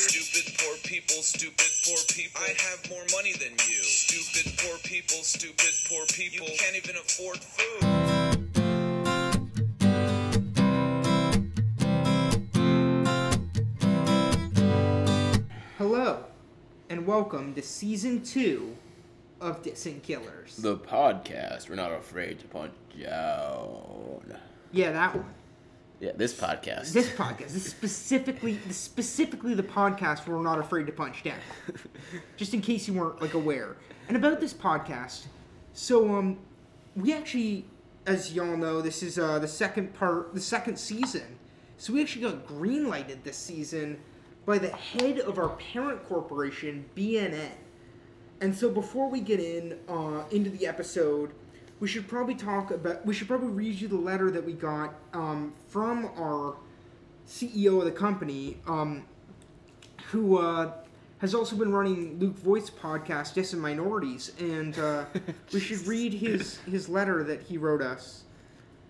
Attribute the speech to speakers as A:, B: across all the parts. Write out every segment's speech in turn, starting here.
A: poor people, stupid poor people. I have more money than you. Stupid poor people, stupid poor people. You can't even afford food.
B: Hello, and welcome to season two of Dissing Killers.
C: The podcast. We're not afraid to punch down.
B: yeah, that one.
C: Yeah, this podcast.
B: This podcast. This is specifically, this is specifically the podcast where we're not afraid to punch down. Just in case you weren't like aware. And about this podcast, so um, we actually, as y'all know, this is uh the second part, the second season. So we actually got greenlighted this season by the head of our parent corporation, BNN. And so before we get in uh, into the episode, we should probably talk about. We should probably read you the letter that we got um, from our CEO E of the company, um, who uh, has also been running Luke Voice podcast, Yes and Minorities, and uh, we should read his his letter that he wrote us.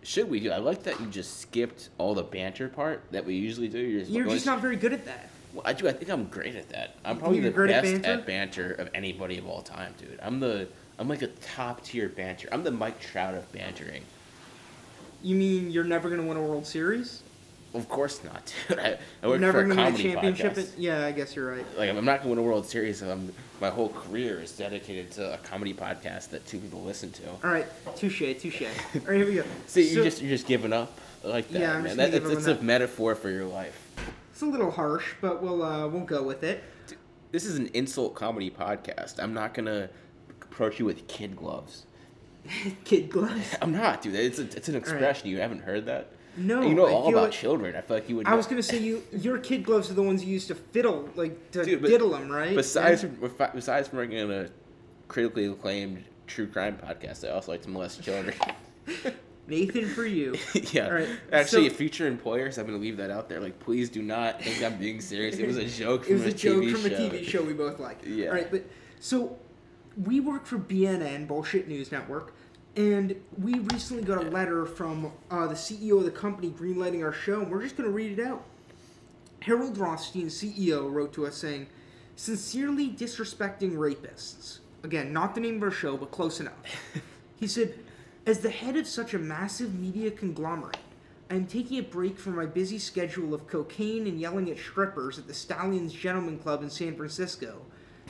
C: Should we do? I like that you just skipped all the banter part that we usually do. You're just,
B: You're
C: going-
B: just not very good at that.
C: Well, I do. I think I'm great at that. I'm probably
B: you're
C: the
B: great at
C: best
B: banter?
C: at banter of anybody of all time, dude. I'm the. I'm like a top tier banter. I'm the Mike Trout of bantering.
B: You mean you're never gonna win a World Series?
C: Of course not. dude. I, I work
B: never
C: for a
B: gonna win a
C: comedy
B: championship?
C: podcast.
B: at- yeah, I guess you're right.
C: like I'm not going to win a World Series. and I'm, my whole career is dedicated to a comedy podcast that two people listen to.
B: All right, touche, touche. All right, here we go.
C: See, you
B: So-
C: just you're just giving up like that,
B: Yeah, I'm just
C: man.
B: gonna
C: That,
B: give up on
C: it's it's a
B: that.
C: metaphor for your life.
B: It's a little harsh, but we'll uh, we'll go with it.
C: This is an insult comedy podcast. I'm not gonna approach you with kid gloves.
B: Kid gloves.
C: I'm not, dude. It's a, it's an
B: right.
C: expression. You haven't heard that.
B: No,
C: you know
B: I
C: all
B: feel
C: about
B: like-
C: children. I feel like you would.
B: I
C: know-
B: was gonna say you your kid gloves are the ones you use to fiddle, like to
C: Dude, but-
B: diddle them, right?
C: Besides,
B: Yeah.
C: from, besides from working on a critically acclaimed true crime podcast, I also like to molest children.
B: Nathan for you.
C: yeah.
B: All right,
C: Actually,
B: so-
C: future employers, I'm gonna leave that out there. Like, please do not think I'm being serious. It was a joke.
B: It was
C: from
B: a joke
C: TV
B: from a TV show we both like.
C: Yeah.
B: All right, but so we work for BNN Bullshit News Network, and we recently got a letter from uh, the CEO of the company greenlighting our show, and we're just going to read it out. Harold Rothstein, CEO, wrote to us saying, "Sincerely disrespecting rapists." Again, not the name of our show, but close enough. He said, As the head of such a massive media conglomerate, I am taking a break from my busy schedule of cocaine and yelling at strippers at the Stallions Gentlemen Club in San Francisco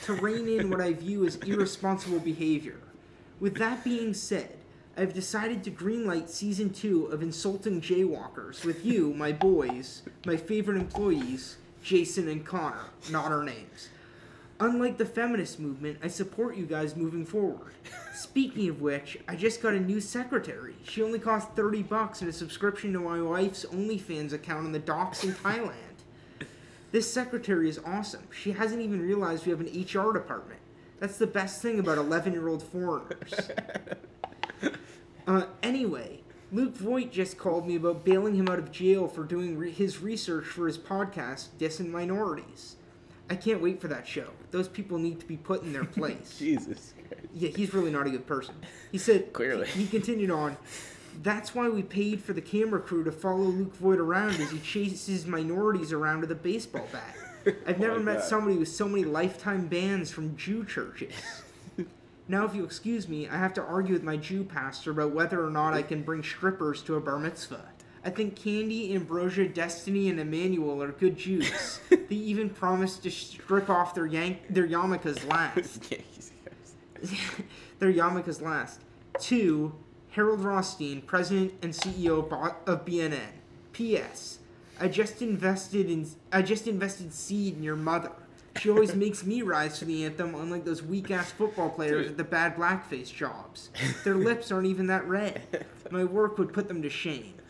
B: to rein in what I view as irresponsible behavior. With that being said, I've decided to greenlight season two of Insulting Jaywalkers with you, my boys, my favorite employees, Jason and Connor, not our names. Unlike the feminist movement, I support you guys moving forward. Speaking of which, I just got a new secretary. She only cost 30 bucks and a subscription to my wife's OnlyFans account on the docks in Thailand. This secretary is awesome. She hasn't even realized we have an HR department. That's the best thing about 11 year old foreigners. Uh, anyway, Luke Voigt just called me about bailing him out of jail for doing re- his research for his podcast, Dissing Minorities. I can't wait for that show. Those people need to be put in their place.
C: Jesus Christ.
B: yeah, he's really not a good person. He said,
C: Clearly.
B: He, he continued on, that's why we paid for the camera crew to follow Luke Voigt around as he chases minorities around with a baseball bat. I've never
C: my
B: met
C: God.
B: somebody with so many lifetime bans from Jew churches. Now, if you excuse me, I have to argue with my Jew pastor about whether or not I can bring strippers to a bar mitzvah. I think Candy, Ambrosia, Destiny, and Emmanuel are good Jews. they even promised to strip off their yank their yarmulkes last.
C: Yeah, Jesus Christ.
B: their yarmulkes last. Two, Harold Rothstein, president and CEO of Bo- of BNN. P.S. I just invested in I just invested seed in your mother. She always makes me rise to the anthem, unlike those weak ass football players
C: Dude.
B: with the bad blackface jobs. Their lips aren't even that red. My work would put them to shame.
C: Uh,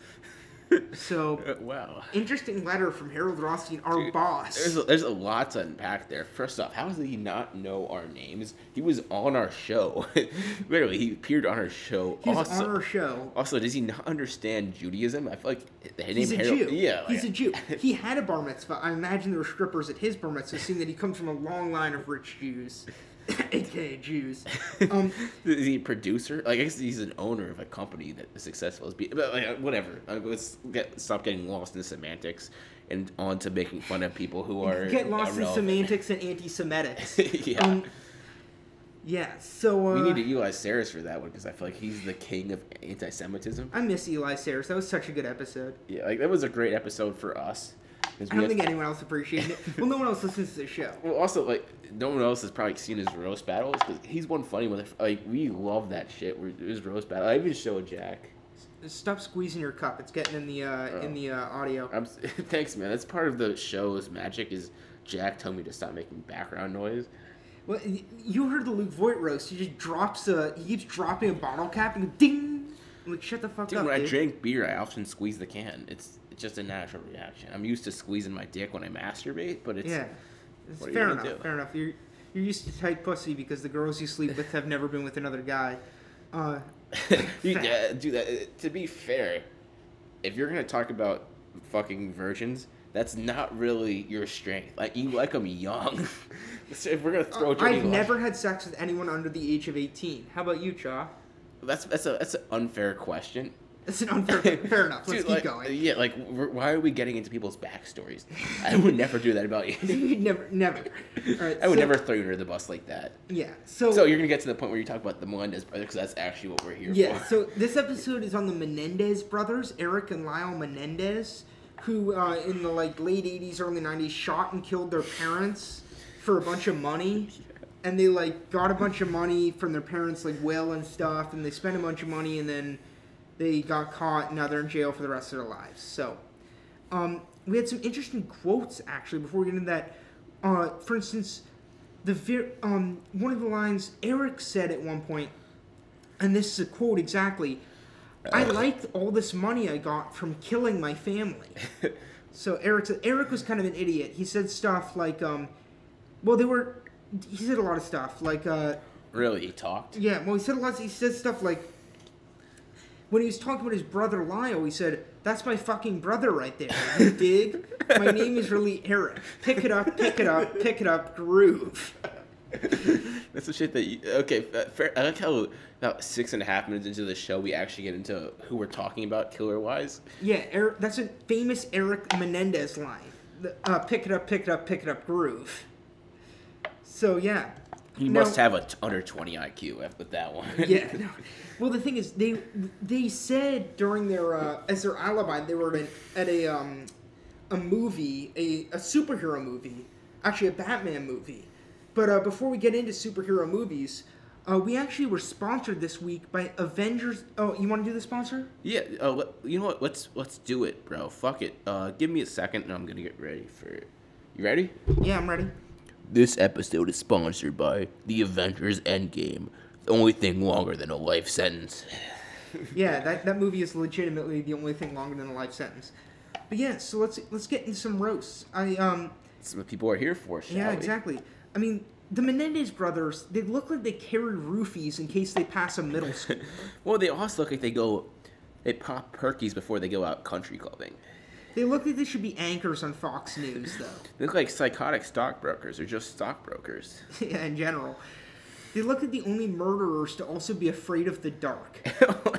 B: So,
C: wow.
B: interesting letter from Harold Rothstein, our
C: Dude,
B: boss.
C: There's a, there's a lot to unpack there. First off, how does he not know our names? He was on our show. Literally, he appeared on our show.
B: He's
C: also,
B: on our show.
C: also, does he not understand Judaism? I feel like the
B: He's
C: name
B: a
C: Harold.
B: Jew.
C: Yeah, like-
B: he's a Jew. He had a bar mitzvah. I imagine there were strippers at his bar mitzvah, seeing that he comes from a long line of rich Jews, aka Jews. Um,
C: Is he a producer? Like, I guess he's an owner of a company that is successful as be, but like, whatever. Like, let's get stop getting lost in the semantics. and on to making fun of people who are
B: Get lost in
C: irrelevant.
B: semantics and anti-Semitics.
C: yeah.
B: Um, yeah. So uh,
C: we need to utilize Saris for that one because I feel like he's the king of anti-Semitism.
B: uh, I miss Eli Sayers. That was such a good episode.
C: Yeah, like that was a great episode for us. 'cause
B: I don't
C: we had-
B: think anyone else appreciated it. Well, no one else listens to the show.
C: Well, also like no one else has probably seen his roast battles because he's one funny one. Like we love that shit. We're, his roast battle. I even showed Jack.
B: Stop squeezing your cup. It's getting in the uh, in the uh, audio.
C: Oh. I'm, s- thanks, man. That's part of the show's magic. Is Jack told me to stop making background noise.
B: Well, y- you heard the Luke Voigt roast. He just drops a. He keeps dropping a bottle cap and ding. I'm like shut the fuck
C: Dude,
B: up,
C: when I
B: dude.
C: drink beer, I often squeeze the can. It's it's just a natural reaction. I'm used to squeezing my dick when I masturbate, but it's
B: yeah, it's
C: What are you
B: fair
C: gonna
B: enough.
C: do?
B: Fair enough. You're you're used to tight pussy because the girls you sleep with have never been with another guy. Uh,
C: you, uh, do that. uh, To be fair, if you're gonna talk about fucking virgins, that's not really your strength. Like you like them young. so if we're gonna throw, dirty
B: Uh, I've
C: laundry-
B: never had sex with anyone under the age of 18. How about you, Cha?
C: That's that's a that's an unfair question.
B: That's an unfair. fair enough. Let's
C: Dude,
B: keep
C: like,
B: going.
C: Yeah, like we're- why are we getting into people's backstories? I would never do that about you.
B: You'd never, never. All right,
C: I would
B: so-
C: never throw you under the bus like that.
B: Yeah.
C: So you're gonna get to the point where you talk about the Melendez brothers because that's actually what we're here
B: Yeah,
C: for.
B: so this episode is on the Menendez brothers, Eric and Lyle Menendez, who uh, in the like late '80s, early '90s, shot and killed their parents for a bunch of money, and they like got a bunch of money from their parents, like will and stuff, and they spent a bunch of money, and then they got caught, and now they're in jail for the rest of their lives. So, um, we had some interesting quotes actually before we get into that. Uh, for instance, the ver- um, one of the lines Eric said at one point and this is a quote exactly i liked all this money i got from killing my family so eric eric was kind of an idiot he said stuff like um well they were he said a lot of stuff like uh
C: really, he talked.
B: yeah well he said a lot he said stuff like when he was talking about his brother lyle he said that's my fucking brother right there you dig my name is really eric pick it up pick it up pick it up groove
C: That's the shit that you. Okay, uh, fair, I like how about six and a half minutes into the show, we actually get into who we're talking about killer wise.
B: Yeah, Eric, that's a famous Eric Menendez line. The, uh, pick it up, pick it up, pick it up, groove. So yeah,
C: You
B: Now-
C: must have a t- under 20 IQ after that one.
B: Yeah. No. Well, the thing is, they they said during their uh, as their alibi, they were at, an, at a um, a movie, a, a superhero movie, actually a Batman movie. But uh, before we get into superhero movies, uh, we actually were sponsored this week by Avengers. Oh, you want to do the sponsor?
C: yeah. Uh, let- you know what? Let's let's do it, bro. Fuck it. Uh, give me a second, and I'm gonna get ready for it. You ready?
B: Yeah, I'm ready.
C: This episode is sponsored by The Avengers Endgame. The only thing longer than a life sentence.
B: Yeah, that, that movie is legitimately the only thing longer than a life sentence. But yeah, so let's let's get into some roasts. I um
C: That's what people are here for. Shall
B: yeah,
C: we?
B: exactly. I mean, the Menendez brothers, they look like they carry roofies in case they pass a middle school.
C: Well, they also look like they go, they pop perkies before they go out country clubbing.
B: they look like they should be anchors on Fox News though.
C: They look like psychotic stockbrokers or just stockbrokers.
B: yeah, in general. They look like the only murderers to also be afraid of the dark.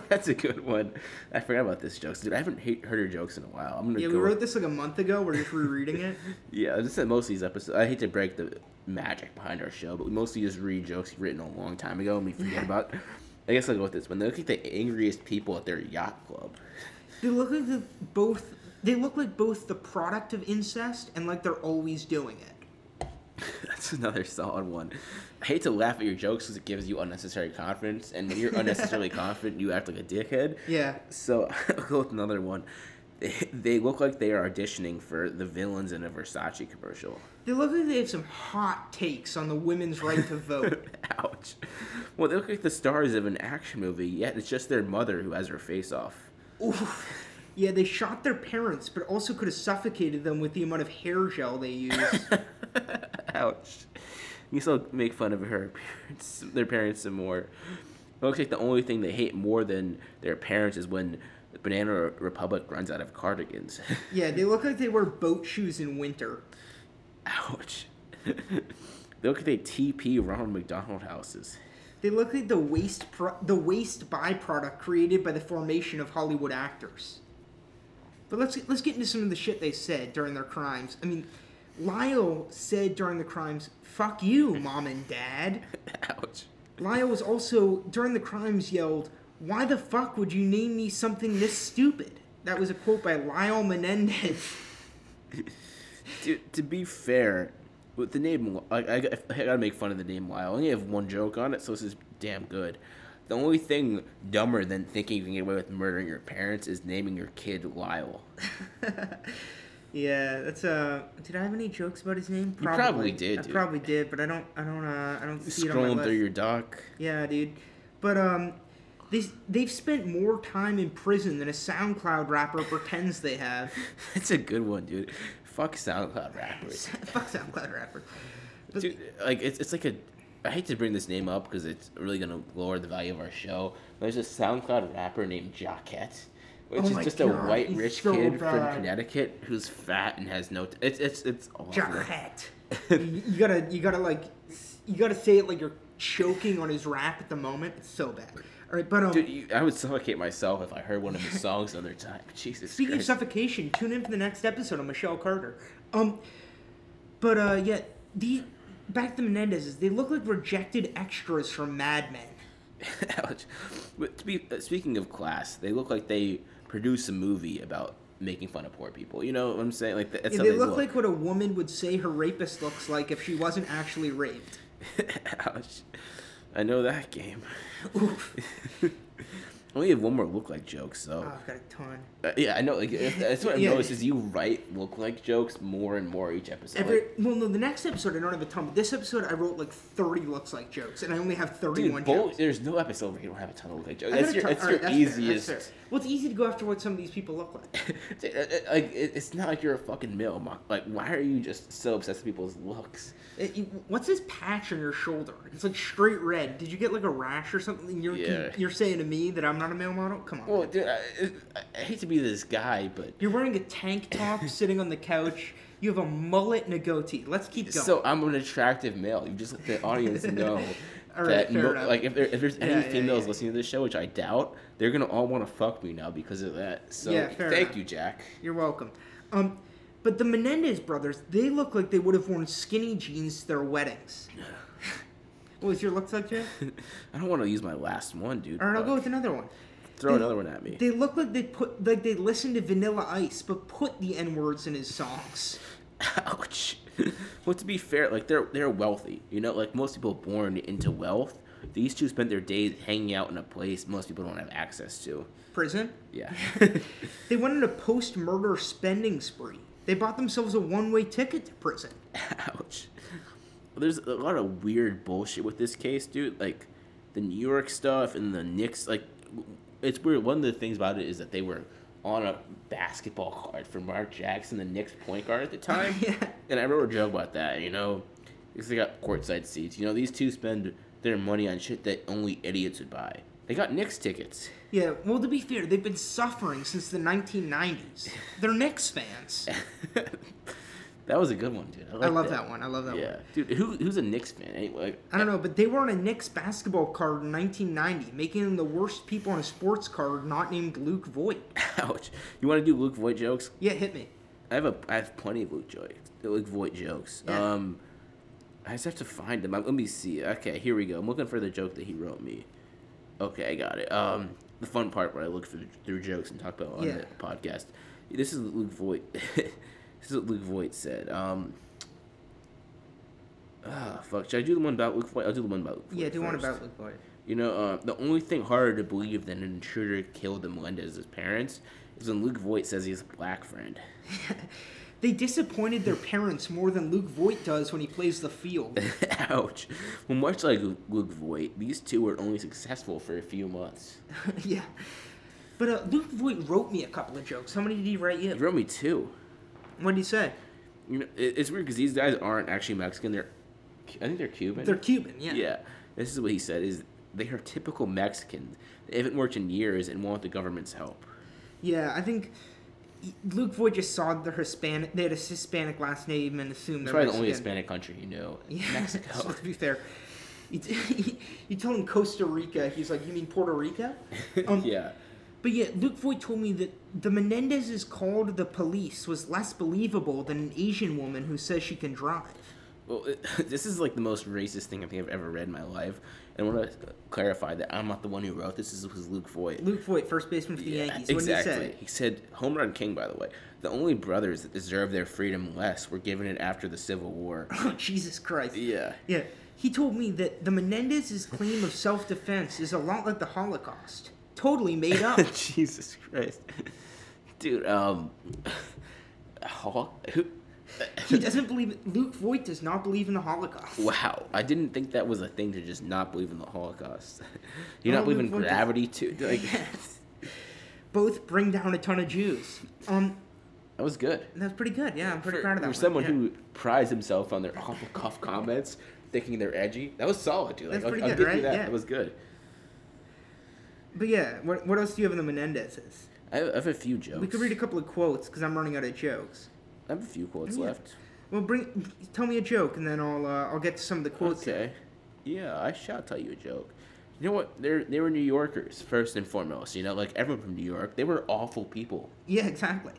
C: That's a good one. I forgot about this jokes, dude. I haven't hate, heard your jokes in a while. I'm gonna
B: Yeah,
C: go.
B: we wrote this like a month ago. We're just rereading it.
C: Yeah, this is most of these episodes. I hate to break the magic behind our show, but we mostly just read jokes written a long time ago and we forget about. I guess I'll go with this one. They look like the angriest people at their yacht club.
B: They look like the, both. They look like both the product of incest and like they're always doing it.
C: That's another solid one. I hate to laugh at your jokes because it gives you unnecessary confidence, and when you're unnecessarily confident, you act like a dickhead.
B: Yeah.
C: So I'll go with another one. They- They look like they are auditioning for the villains in a Versace commercial.
B: They look like they have some hot takes on the women's right to vote.
C: Ouch. Well, they look like the stars of an action movie, yet it's just their mother who has her face off.
B: Oof. Yeah, they shot their parents, but also could have suffocated them with the amount of hair gel they used.
C: Ouch. You still make fun of her parents, their parents some more. It looks like the only thing they hate more than their parents is when Banana Republic runs out of cardigans.
B: yeah, they look like they wear boat shoes in winter.
C: Ouch. they look like they TP Ronald McDonald houses.
B: They look like the waste pro- the waste byproduct created by the formation of Hollywood actors. But let's let's get into some of the shit they said during their crimes. I mean, Lyle said during the crimes, "Fuck you, mom and dad."
C: Ouch.
B: Lyle was also during the crimes yelled, "Why the fuck would you name me something this stupid?" That was a quote by Lyle Menendez.
C: To, to be fair, with the name, I, I, I gotta make fun of the name Lyle. I only have one joke on it, so this is damn good. The only thing dumber than thinking you can get away with murdering your parents is naming your kid Lyle.
B: Yeah, that's uh. Did I have any jokes about his name?
C: probably did,
B: I
C: dude.
B: probably did, but I don't. I don't. Uh, I don't see it on my
C: Scrolling
B: list.
C: through your doc.
B: Yeah, dude. But um, they they've spent more time in prison than a SoundCloud rapper pretends they have.
C: That's a good one, dude. Fuck SoundCloud rappers.
B: Fuck SoundCloud rappers. But
C: Dude, like it's, it's like a. I hate to bring this name up because it's really gonna lower the value of our show. There's a SoundCloud rapper named Jockette, which
B: Oh
C: is
B: my
C: just a
B: God,
C: white
B: he's
C: rich
B: so
C: kid from
B: bad.
C: Connecticut who's fat and has no. T- it's it's it's awful.
B: Jarrett. you, you gotta you gotta like s- you gotta say it like you're choking on his rap at the moment. It's so bad. All right, but um.
C: Dude, you, I would suffocate myself if I heard one of his songs another time. Jesus
B: Speaking of
C: Christ.
B: suffocation, tune in for the next episode of Michelle Carter. Um, but uh, yeah, the back to the Menendezes, they look like rejected extras from Mad Men.
C: Ouch. But to be, uh, speaking of class, they look like they produce a movie about making fun of poor people. You know what I'm saying? Like that's
B: Yeah,
C: how
B: they
C: they,
B: look like what a woman would say her rapist looks like if she wasn't actually raped.
C: Ouch. Oh, I know that game.
B: Oof.
C: I only have one more look like joke, so
B: Oh, I've got a ton.
C: Uh, yeah, I know. Like, that's that's what I
B: Yeah.
C: noticed is you write look like jokes more and more each episode.
B: Every
C: Like,
B: well, no, the next episode I don't have a ton. But this episode I wrote like thirty looks like jokes, and I only have thirty-one
C: dude, both-
B: jokes.
C: there's no episode where you don't have a ton of look like jokes.
B: I got
C: That's
B: a
C: your,
B: ton-
C: that's
B: all
C: your
B: right, fair, that's
C: easiest.
B: fair. Well, it's easy to go after what some of these people look like.
C: Dude, uh, uh, Like, it- it's not like you're a fucking male. Mo- Like, why are you just so obsessed with people's looks?
B: It- you- what's this patch on your shoulder? It's like straight red. Did you get like a rash or something? You're
C: Yeah.
B: you're saying to me that I'm not a male model? Come on.
C: Well, dude, I, I- I hate to be this guy, but
B: you're wearing a tank top, sitting on the couch. You have a mullet and a goatee. Let's keep going.
C: so I'm an attractive male. You just let the audience know
B: All
C: that,
B: right, fair
C: mo-
B: enough.
C: like, if, there, if there's any
B: Yeah, yeah,
C: females
B: yeah.
C: listening to this show, which I doubt, they're gonna all want to fuck me now because of that. So,
B: Yeah, fair
C: thank
B: enough.
C: you, Jack.
B: You're welcome. Um, but the Menendez brothers, they look like they would have worn skinny jeans to their weddings. what was your looks like, Jay?
C: I don't want to use my last one, dude.
B: All right, I'll
C: Fuck.
B: go with another one.
C: Throw
B: They-
C: another one at me.
B: They look like they put like they listened to Vanilla Ice, but put the N words in his songs.
C: Ouch. well, to be fair, like they're they're wealthy. You know, like most people born into wealth. These two spent their days hanging out in a place most people don't have access to.
B: Prison.
C: Yeah.
B: They went on a post murder spending spree. They bought themselves a one way ticket to prison.
C: Ouch. There's a lot of weird bullshit with this case, dude. Like the New York stuff and the Knicks. Like it's weird. One of the things about it is that they were on a basketball card for Mark Jackson, the Knicks point guard at the time.
B: Yeah.
C: And I wrote a joke about that. You know, because they got courtside seats. You know, these two spend their money on shit that only idiots would buy. They got Knicks tickets.
B: Yeah, well, to be fair, they've been suffering since the 1990s. They're Knicks fans.
C: that was a good one, dude. I,
B: I
C: like
B: love that one. I love that
C: Yeah,
B: one.
C: dude. Who, who's a Knicks fan? Anyway, like,
B: I don't know, but they were on a Knicks basketball card in 1990, making them the worst people on a sports card not named Luke Voigt.
C: Ouch. You want to do Luke Voigt jokes?
B: Yeah, hit me.
C: I have a I have plenty of Luke Voigt, Luke Voigt jokes.
B: Yeah.
C: Um, I just have to find them. Let me see. Okay, here we go. I'm looking for the joke that he wrote me. Okay, I got it. Um, the fun part where I look for through jokes and talk about it on
B: Yeah.
C: the podcast. This is Luke Voigt. this is what Luke Voigt said. Um. Ah, fuck. Should I do the one about Luke Voigt? I'll do the one about Luke Voigt
B: Yeah, do one
C: first.
B: about Luke Voigt.
C: You know, uh, the only thing harder to believe than an intruder killed the Melendez's parents is when Luke Voigt says he has a black friend.
B: They disappointed their parents more than Luke Voigt does when he plays the field.
C: Ouch. Well, much like Lu- Luke Voigt, these two were only successful for a few months.
B: yeah. But uh, Luke Voigt wrote me a couple of jokes. How many did he write
C: He
B: you?
C: wrote me two.
B: What did he say?
C: You know, it, it's weird because these guys aren't actually Mexican. They're, Cu- I think they're Cuban.
B: They're Cuban, yeah.
C: yeah. This is what he said: is they are typical Mexicans. They haven't worked in years and want the government's help.
B: Yeah, I think Luke Voigt just saw the Hispanic. They had a Hispanic last name and assumed
C: It's
B: they're
C: probably the only
B: Mexican.
C: Hispanic country you know.
B: Yeah,
C: Mexico.
B: so to be fair, you, t- you tell him Costa Rica, he's like, "You mean Puerto Rico?" Um,
C: yeah.
B: But yeah, Luke Voigt told me that the Menendez's call to the police was less believable than an Asian woman who says she can drive.
C: Well, it, this is like the most racist thing I think I've ever read in my life, and I want to clarify that I'm not the one who wrote this. This was Luke Voigt.
B: Luke Voigt, first baseman for the
C: Yeah,
B: Yankees. What
C: exactly.
B: did he say?
C: he said, "Home Run King." By the way, the only brothers that deserve their freedom less were given it after the Civil War.
B: Jesus Christ.
C: yeah.
B: Yeah. He told me that the Menendez's claim of self defense is a lot like the Holocaust. Totally made up.
C: Jesus Christ, dude. Um, Hol- who?
B: he doesn't believe Luke Voigt does not believe in the Holocaust.
C: Wow, I didn't think that was a thing to just not believe in the Holocaust. you not
B: Oh,
C: believe in
B: Luke Voigt is-
C: gravity too? Like
B: Both bring down a ton of Jews. Um,
C: that was good.
B: and that's pretty good. Yeah, I'm pretty
C: for,
B: proud of that. one.
C: for someone
B: Yeah.
C: who prides himself on their off the cuff comments, thinking they're edgy, that was solid, dude. Like,
B: That's pretty
C: I'll,
B: good,
C: I'll give
B: right?
C: you that.
B: Yeah.
C: That was good.
B: But yeah, what, what else do you have in the Menendez's?
C: I have, I have a few jokes.
B: We could read a couple of quotes because I'm running out of jokes.
C: I have a few quotes
B: Yeah.
C: left.
B: Well, bring tell me a joke and then I'll uh, I'll get to some of the quotes.
C: Okay. Yeah, I shall tell you a joke. You know what? They're they were New Yorkers first and foremost. You know, like everyone from New York, they were awful people.
B: Yeah, exactly.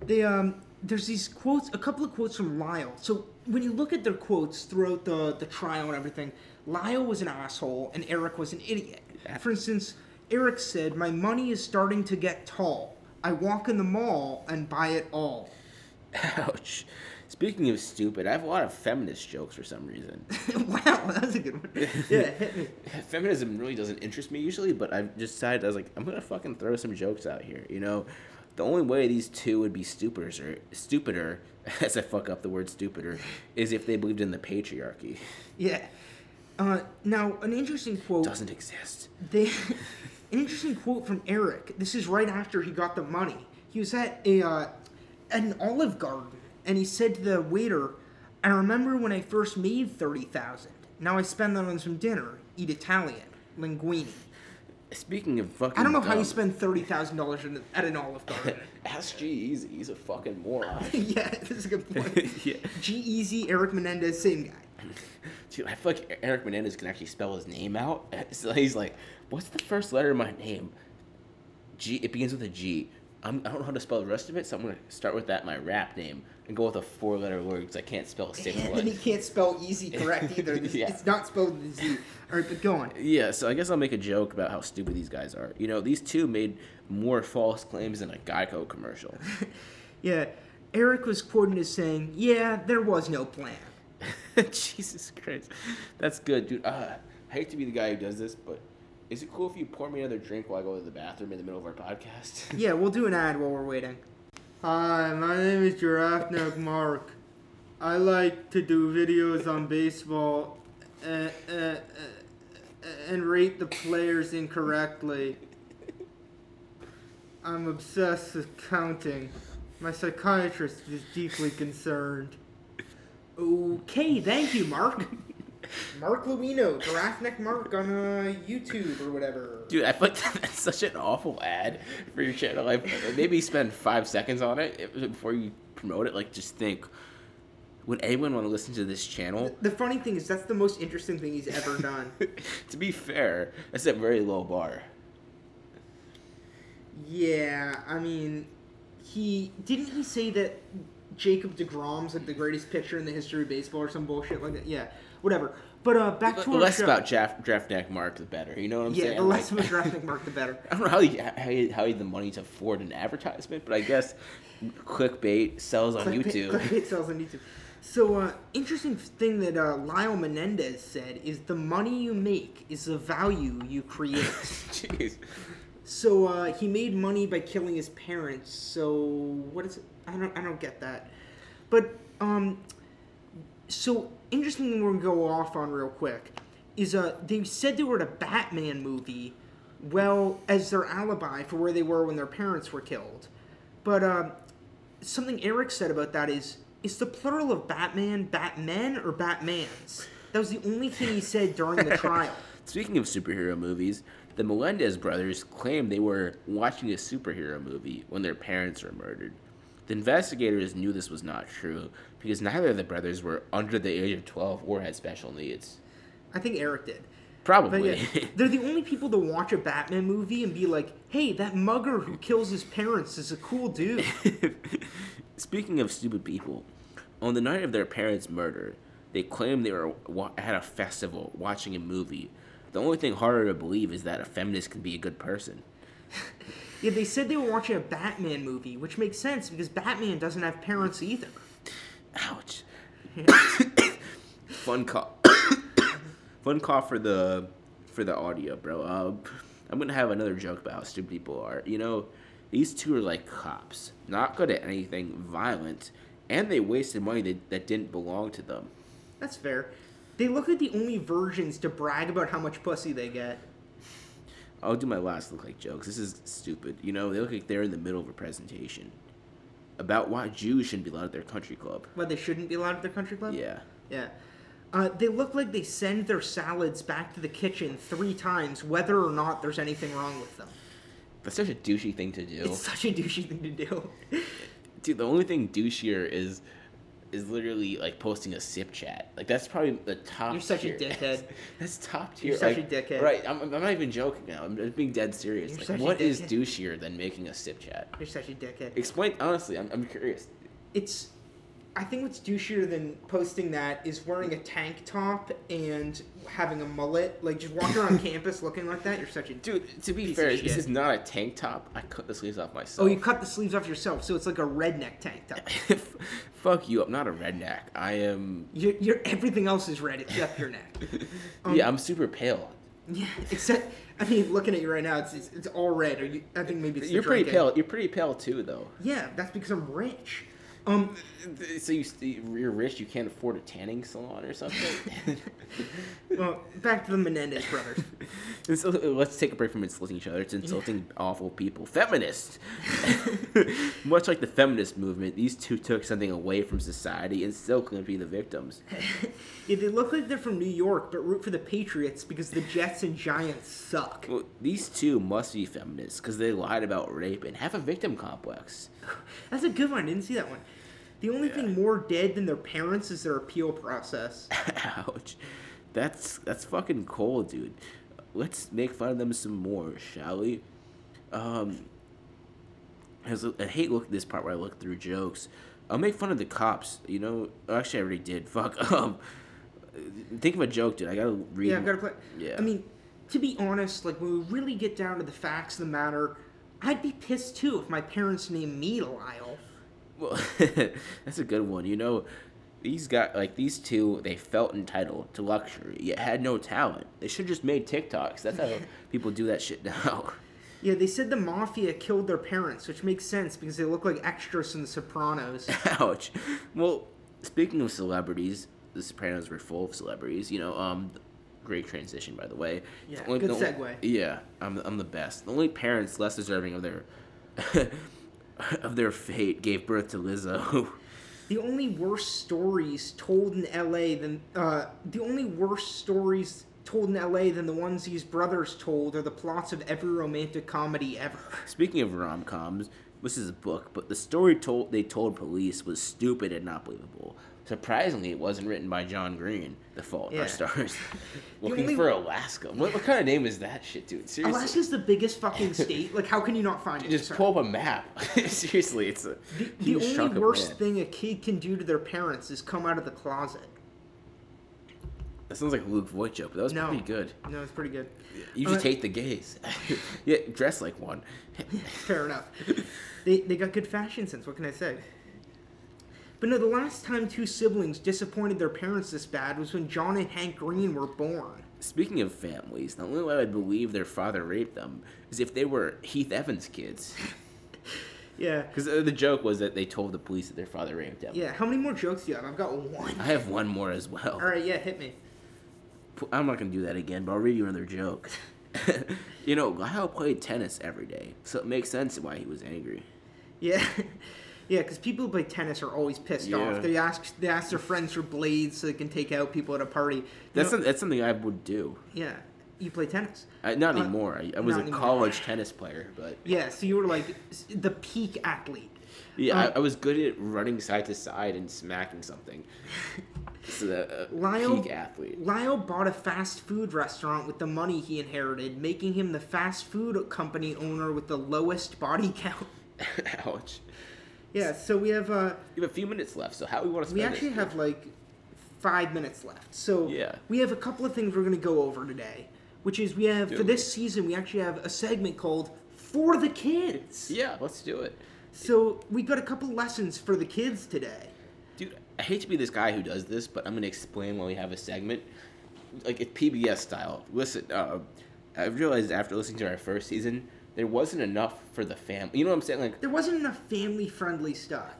B: They um, there's these quotes, a couple of quotes from Lyle. So when you look at their quotes throughout the the trial and everything, Lyle was an asshole and Eric was an idiot.
C: Yeah.
B: For instance, Eric said, "My money is starting to get tall. I walk in the mall and buy it all."
C: Ouch. Speaking of stupid, I have a lot of feminist jokes for some reason.
B: wow, that was a good one. Yeah, hit me.
C: feminism really doesn't interest me usually, but I've just decided I was like, I'm gonna fucking throw some jokes out here. You know, the only way these two would be stupiders or stupider, as I fuck up the word stupider, is if they believed in the patriarchy.
B: Yeah. Uh, now, an interesting quote.
C: Doesn't exist.
B: They, an interesting quote from Eric. This is right after he got the money. He was at a uh, an Olive Garden, and he said to the waiter, "I remember when I first made thirty thousand. Now I spend that on some dinner, eat Italian, linguine.
C: Speaking of fucking,
B: I don't know how you
C: dumb,
B: spend thirty thousand dollars at an Olive Garden."
C: Ask G Easy. He's a fucking moron.
B: yeah, this is a good point.
C: Yeah.
B: G Easy, Eric Menendez, same guy.
C: Dude, I feel like Eric Menendez can actually spell his name out. So he's like, "What's the first letter of my name? G. It begins with a G. I'm, I don't know how to spell the rest of it, so I'm gonna start with that my rap name and go with a four-letter word because I can't spell a single
B: And he
C: one."
B: can't spell easy correct either. This-
C: Yeah.
B: It's not spelled with a Z. All right, but go on.
C: Yeah, so I guess I'll make a joke about how stupid these guys are. You know, these two made more false claims than a Geico commercial.
B: Yeah, Eric was quoted as saying, "Yeah, there was no plan."
C: Jesus Christ, that's good, dude. Uh, I hate to be the guy who does this, but is it cool if you pour me another drink while I go to the bathroom in the middle of our podcast?
B: Yeah, we'll do an ad while we're waiting. Hi, my name is Giraffneck Mark. I like to do videos on baseball eh, and, eh, and rate the players incorrectly. I'm obsessed with counting. My psychiatrist is deeply concerned. Okay, thank you, Mark. Mark Luino, Giraffneck Mark on uh, YouTube or whatever.
C: Dude, I feel like that's such an awful ad for your channel. Like, maybe spend five seconds on it if- before you promote it. Like, just think, would anyone want to listen to this channel?
B: The funny thing is, that's the most interesting thing he's ever done.
C: to be fair, that's a very low bar.
B: yeah, I mean, he didn't he say that Jacob Degrom's like the greatest pitcher in the history of baseball or some bullshit like that. Yeah, whatever. But uh, back
C: The
B: to our
C: less
B: show.
C: about draft, draft neck mark, the better. You know what I'm
B: yeah,
C: saying?
B: the less
C: Like,
B: about draft Mark, the better.
C: I don't know how he, how he how he had the money to afford an advertisement, but I guess clickbait sells on
B: Clickbait-
C: YouTube.
B: clickbait sells on YouTube. So, uh, interesting thing that uh, Lyle Menendez said is the money you make is the value you create.
C: Jeez.
B: So uh, he made money by killing his parents. So what is it? I don't I don't get that. But um, so interesting thing we're gonna go off on real quick is uh they said they were at a Batman movie, well as their alibi for where they were when their parents were killed. But uh, something Eric said about that is is the plural of Batman Batmen or Batmans? That was the only thing he said during the trial.
C: Speaking of superhero movies, the Melendez brothers claimed they were watching a superhero movie when their parents were murdered. The investigators knew this was not true because neither of the brothers were under the age of 12 or had special needs.
B: I think Eric did. But
C: Probably.
B: yeah, they're the only people to watch a Batman movie and be like, "Hey, that mugger who kills his parents is a cool dude."
C: Speaking of stupid people, on the night of their parents' murder, they claimed they were wa- at a festival watching a movie. The only thing harder to believe is that a feminist can be a good person.
B: yeah, they said they were watching a Batman movie, which makes sense because Batman doesn't have parents either.
C: Ouch. Fun cough. Fun cough for the for the audio, bro. Uh, I'm gonna have another joke about how stupid people are. You know, these two are like cops, not good at anything violent, and they wasted money that, that didn't belong to them.
B: That's fair. They look at the only versions to brag about how much pussy they get.
C: I'll do my last look like jokes. This is stupid. You know, they look like they're in the middle of a presentation about why Jews shouldn't be allowed at their country club.
B: Why they shouldn't be allowed at their country club?
C: Yeah.
B: Yeah. Uh, they look like they send their salads back to the kitchen three times, whether or not there's anything wrong with them.
C: That's such a douchey thing to do.
B: It's such a douchey thing to do.
C: Dude, the only thing douchier is is literally like posting a sip chat. Like that's probably the top.
B: You're such a
C: tier.
B: dickhead.
C: that's top tier.
B: You're such a
C: like-
B: dickhead.
C: Right. I'm, I'm not even joking now. I'm just being dead serious.
B: You're such
C: like,
B: a
C: what is
B: dickhead.
C: douchier than making a sip chat?
B: You're such a dickhead.
C: Explain honestly. I'm, I'm curious.
B: It's. I think what's douchier than posting that is wearing a tank top and having a mullet. Like, just walking around campus looking like that, you're such a dude.
C: Dude, to be
B: Piece of
C: fair, this
B: shit.
C: is not a tank top. I cut the sleeves off myself.
B: Oh, you cut the sleeves off yourself, so it's like a redneck tank top.
C: Fuck you. I'm not a redneck. I am.
B: You're, you're, everything else is red except your neck.
C: yeah, I'm super pale.
B: Yeah, except I mean, looking at you right now, it's it's, it's all red. Are you? I think maybe it's the
C: You're pretty
B: drinking.
C: pale. You're pretty pale too, though.
B: Yeah, that's because I'm rich. Um,
C: So you you're rich. You can't afford a tanning salon or something.
B: well, back to the Menendez brothers.
C: And so, uh, let's take a break from insulting each other. It's insulting awful people. Feminists! Much like the feminist movement, these two took something away from society and still couldn't be the victims.
B: Yeah, they look like they're from New York, but root for the Patriots because the Jets and Giants suck.
C: Well, these two must be feminists because they lied about rape and have a victim complex.
B: That's a good one. I didn't see that one. The only thing more dead than their parents is their appeal process.
C: Ouch. That's that's fucking cold, dude. Let's make fun of them some more, shall we? Um, I, was- I hate look this part where I look through jokes. I'll make fun of the cops. You know, Oh, actually, I already did. Fuck. Um, think of a joke, dude. I gotta read.
B: Yeah, I've got to play.
C: Yeah.
B: I mean, to be honest, like when we really get down to the facts of the matter, I'd be pissed too if my parents named me Lyle.
C: Well, that's a good one. You know, these guys, like these two, they felt entitled to luxury. Yet had no talent. They should just made TikToks. That's how people do that shit now.
B: Yeah, they said the mafia killed their parents, which makes sense because they look like extras in The Sopranos.
C: Ouch. Well, speaking of celebrities, The Sopranos were full of celebrities. You know, um, great transition by the way.
B: Yeah,
C: The
B: good
C: the
B: segue.
C: yeah, I'm I'm the best. The only parents less deserving of their of their fate gave birth to Lizzo.
B: The only worse stories told in L.A. than uh, the only worse stories told in L.A. than the ones these brothers told are the plots of every romantic comedy ever.
C: speaking of rom coms, this is a book, but the story told they told police was stupid and not believable. Surprisingly, it wasn't written by John Green, The Fault in
B: Yeah.
C: Our Stars. Looking
B: only-
C: for Alaska. What, what kind of name is that shit, dude? Seriously.
B: Alaska's the biggest fucking state. Like, how can you not find it?
C: just
B: Sorry.
C: pull up a map. Seriously, it's a
B: The
C: huge chunk
B: only
C: of
B: worst
C: land.
B: thing a kid can do to their parents is come out of the closet.
C: That sounds like a Luke Voigt joke, but that was
B: No.
C: pretty good.
B: No, it's pretty good.
C: You should
B: Uh,
C: take the gays. yeah, dress like one.
B: Fair enough. they, they got good fashion sense, what can I say? But no, the last time two siblings disappointed their parents this bad was when John and Hank Green were born.
C: Speaking of families, the only way I believe their father raped them is if they were Heath Evans' kids.
B: Yeah.
C: Because the joke was that they told the police that their father raped them.
B: Yeah, how many more jokes do you have? I've got one.
C: I have one more as well.
B: All right, yeah, hit me.
C: P- I'm not gonna do that again, but I'll read you another joke. you know, Lyle played tennis every day, so it makes sense why he was angry.
B: Yeah. Yeah, because people who play tennis are always pissed
C: Yeah.
B: off. They ask they ask their friends for blades so they can take out people at a party. You
C: That's
B: know-
C: some- that's something I would do.
B: yeah. You play tennis.
C: I, not
B: Uh,
C: anymore. I, I was a
B: not anymore.
C: college tennis player, but
B: Yeah, so you were like s- the peak athlete.
C: Yeah,
B: Um,
C: I, I was good at running side to side and smacking something. so the uh,
B: Lyle-
C: peak athlete.
B: Lyle bought a fast food restaurant with the money he inherited, making him the fast food company owner with the lowest body count.
C: Ouch.
B: Yeah, so we have uh
C: You have a few minutes left, so how do we want to spend
B: we actually
C: this?
B: have like 5 minutes left. So
C: Yeah.
B: we have a couple of things we're going to go over today, which is we have
C: Do
B: for
C: it.
B: this season we actually have a segment called For the Kids.
C: Yeah, let's do it.
B: So we got a couple lessons for the kids today.
C: Dude, I hate to be this guy who does this, but I'm going to explain why we have a segment. Like, it's PBS style. Listen, uh, I realized after listening to our first season, there wasn't enough for the family. You know what I'm saying? Like,
B: There wasn't enough family-friendly stuff.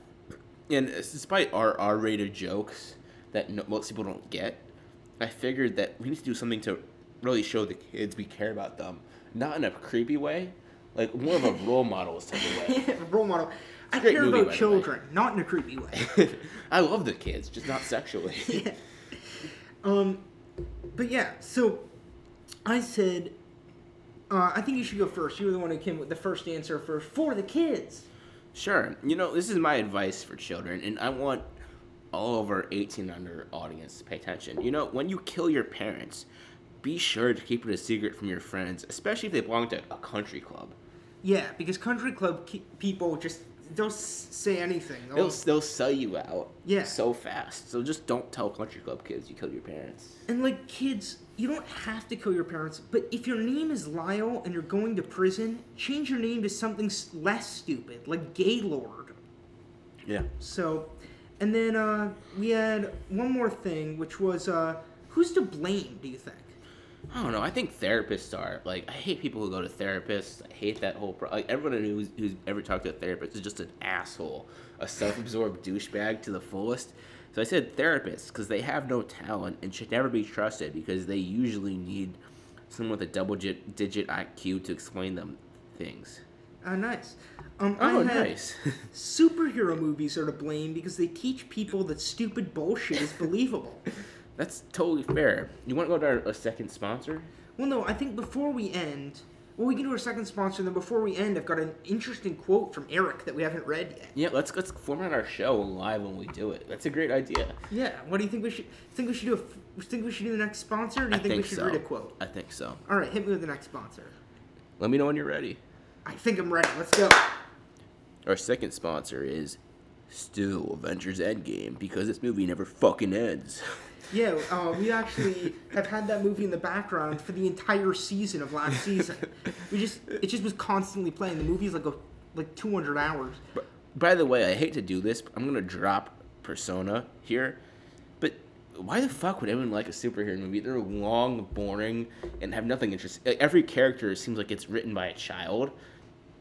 C: and despite our R-rated jokes that no, most people don't get, I figured that we need to do something to really show the kids we care about them, not in a creepy way, like more of a role model type of way.
B: Role model. I
C: great
B: care
C: movie, by the
B: about
C: way.
B: children, not in a creepy way.
C: I love the kids, just not sexually.
B: Um, but yeah, so I said, uh, I think you should go first. You were the one who came with the first answer first for the kids.
C: Sure. You know, this is my advice for children, and I want all of our 18 and under audience to pay attention. You know, when you kill your parents, be sure to keep it a secret from your friends, especially if they belong to a country club.
B: Yeah, because country club ke- people just don't s- say anything.
C: They'll, they'll sell you out
B: Oh. Yeah.
C: so fast. So just don't tell country club kids you killed your parents.
B: And like kids, you don't have to kill your parents, but if your name is Lyle and you're going to prison, change your name to something s- less stupid, like Gaylord.
C: Yeah.
B: So, and then uh, we had one more thing, which was uh, who's to blame? Do you think?
C: I don't know. I think therapists are like I hate people who go to therapists. I hate that whole pro- like everyone who's, who's ever talked to a therapist is just an asshole, a self-absorbed douchebag to the fullest. So I said therapists because they have no talent and should never be trusted because they usually need someone with a double-digit digit IQ to explain them things.
B: Ah, nice. Um,
C: Oh,
B: I had
C: nice.
B: Superhero movies are to blame because they teach people that stupid bullshit is believable.
C: That's totally fair. You want to go to our a second sponsor?
B: well, no, I think before we end, well, we can do our second sponsor. And then before we end, I've got an interesting quote from Eric that we haven't read yet.
C: Yeah, let's let's format our show live when we do it. That's a great idea.
B: Yeah. What do you think we should think we should do? A, think we should do the next sponsor? Or do you
C: I
B: think,
C: think
B: we should
C: so.
B: read a quote?
C: I think so.
B: All right, hit me with the next sponsor.
C: Let me know when you're ready.
B: I think I'm ready. Let's go.
C: Our second sponsor is Still Avengers Endgame because this movie never fucking ends.
B: Yeah, uh, we actually have had that movie in the background for the entire season of last season. We just it just was constantly playing. The movie's like a like 200 hours.
C: But, by the way, I hate to do this, but I'm gonna drop Persona here. But why the fuck would anyone like a superhero movie? They're long, boring, and have nothing interesting. Like, every character seems like it's written by a child.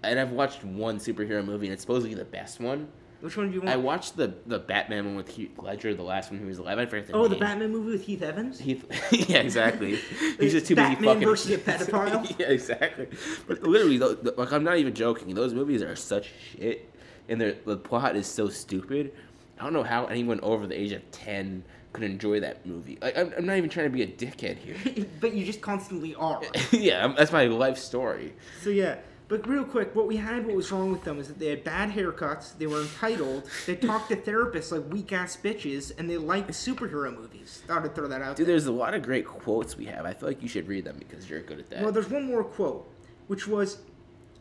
C: And I've watched one superhero movie, and it's supposed to be the best one.
B: Which one do you want?
C: I watched the the Batman one with Heath Ledger, the last one who was alive. I forget the
B: oh, the
C: name.
B: Batman movie with Heath Evans.
C: Heath, yeah, exactly. He's just too busy
B: Batman
C: fucking.
B: versus a pedophile.
C: yeah, exactly. But literally, tho- tho- like I'm not even joking. Those movies are such shit, and their- the plot is so stupid. I don't know how anyone over the age of ten could enjoy that movie. Like, I'm, I'm not even trying to be a dickhead here.
B: but you just constantly are.
C: yeah, I'm, that's my life story.
B: So yeah. But real quick, what we had, what was wrong with them is that they had bad haircuts, they were entitled, they talked to therapists like weak ass bitches, and they liked superhero movies. Thought I'd throw that out
C: Dude,
B: there.
C: there's a lot of great quotes we have. I feel like you should read them because you're good at that.
B: Well, there's one more quote, which was,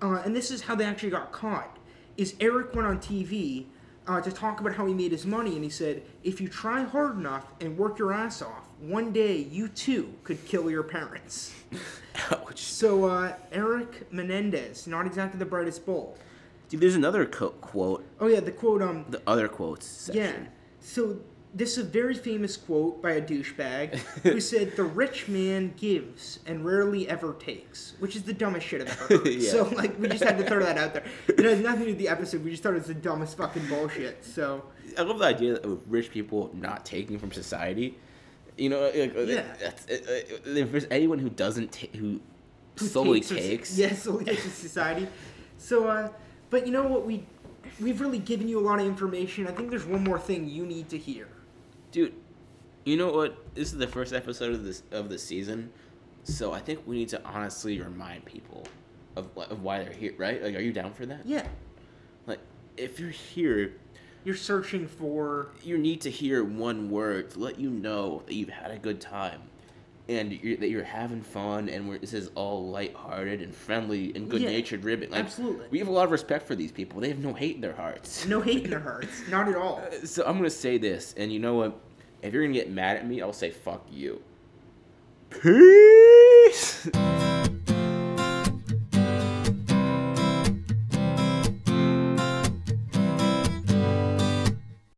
B: uh, and this is how they actually got caught. Is Eric went on TV uh, to talk about how he made his money, and he said, "If you try hard enough and work your ass off, one day you too could kill your parents."
C: Ouch.
B: So uh, Eric Menendez, not exactly the brightest bulb.
C: Dude, there's another co- quote.
B: Oh yeah, the quote. Um,
C: The other quotes section.
B: yeah. So this is a very famous quote by a douchebag who said, "The rich man gives and rarely ever takes," which is the dumbest shit I've ever heard.
C: Yeah.
B: So like, we just had to throw that out there. It has nothing to do with the episode. We just thought it was the dumbest fucking bullshit. So
C: I love the idea of rich people not taking from society. You know, like,
B: Yeah.
C: that's, if there's anyone who doesn't ta- who, solely
B: or-
C: takes,
B: yeah, solely takes in society. So, uh, but you know what? We we've really given you a lot of information. I think there's one more thing you need to hear.
C: dude. You know what? This is the first episode of this of the season, so I think we need to honestly remind people of wh- of why they're here. Right? Like, are you down for that?
B: Yeah.
C: Like, if you're here,
B: You're searching for
C: you need to hear one word to let you know that you've had a good time and you're, that you're having fun and we're, this is all lighthearted and friendly and good natured ribbon. Like,
B: absolutely.
C: We have a lot of respect for these people. They have no hate in their hearts.
B: no hate in their hearts. Not at all.
C: So I'm going to say this, and you know what? If you're going to get mad at me, I'll say fuck you. Peace!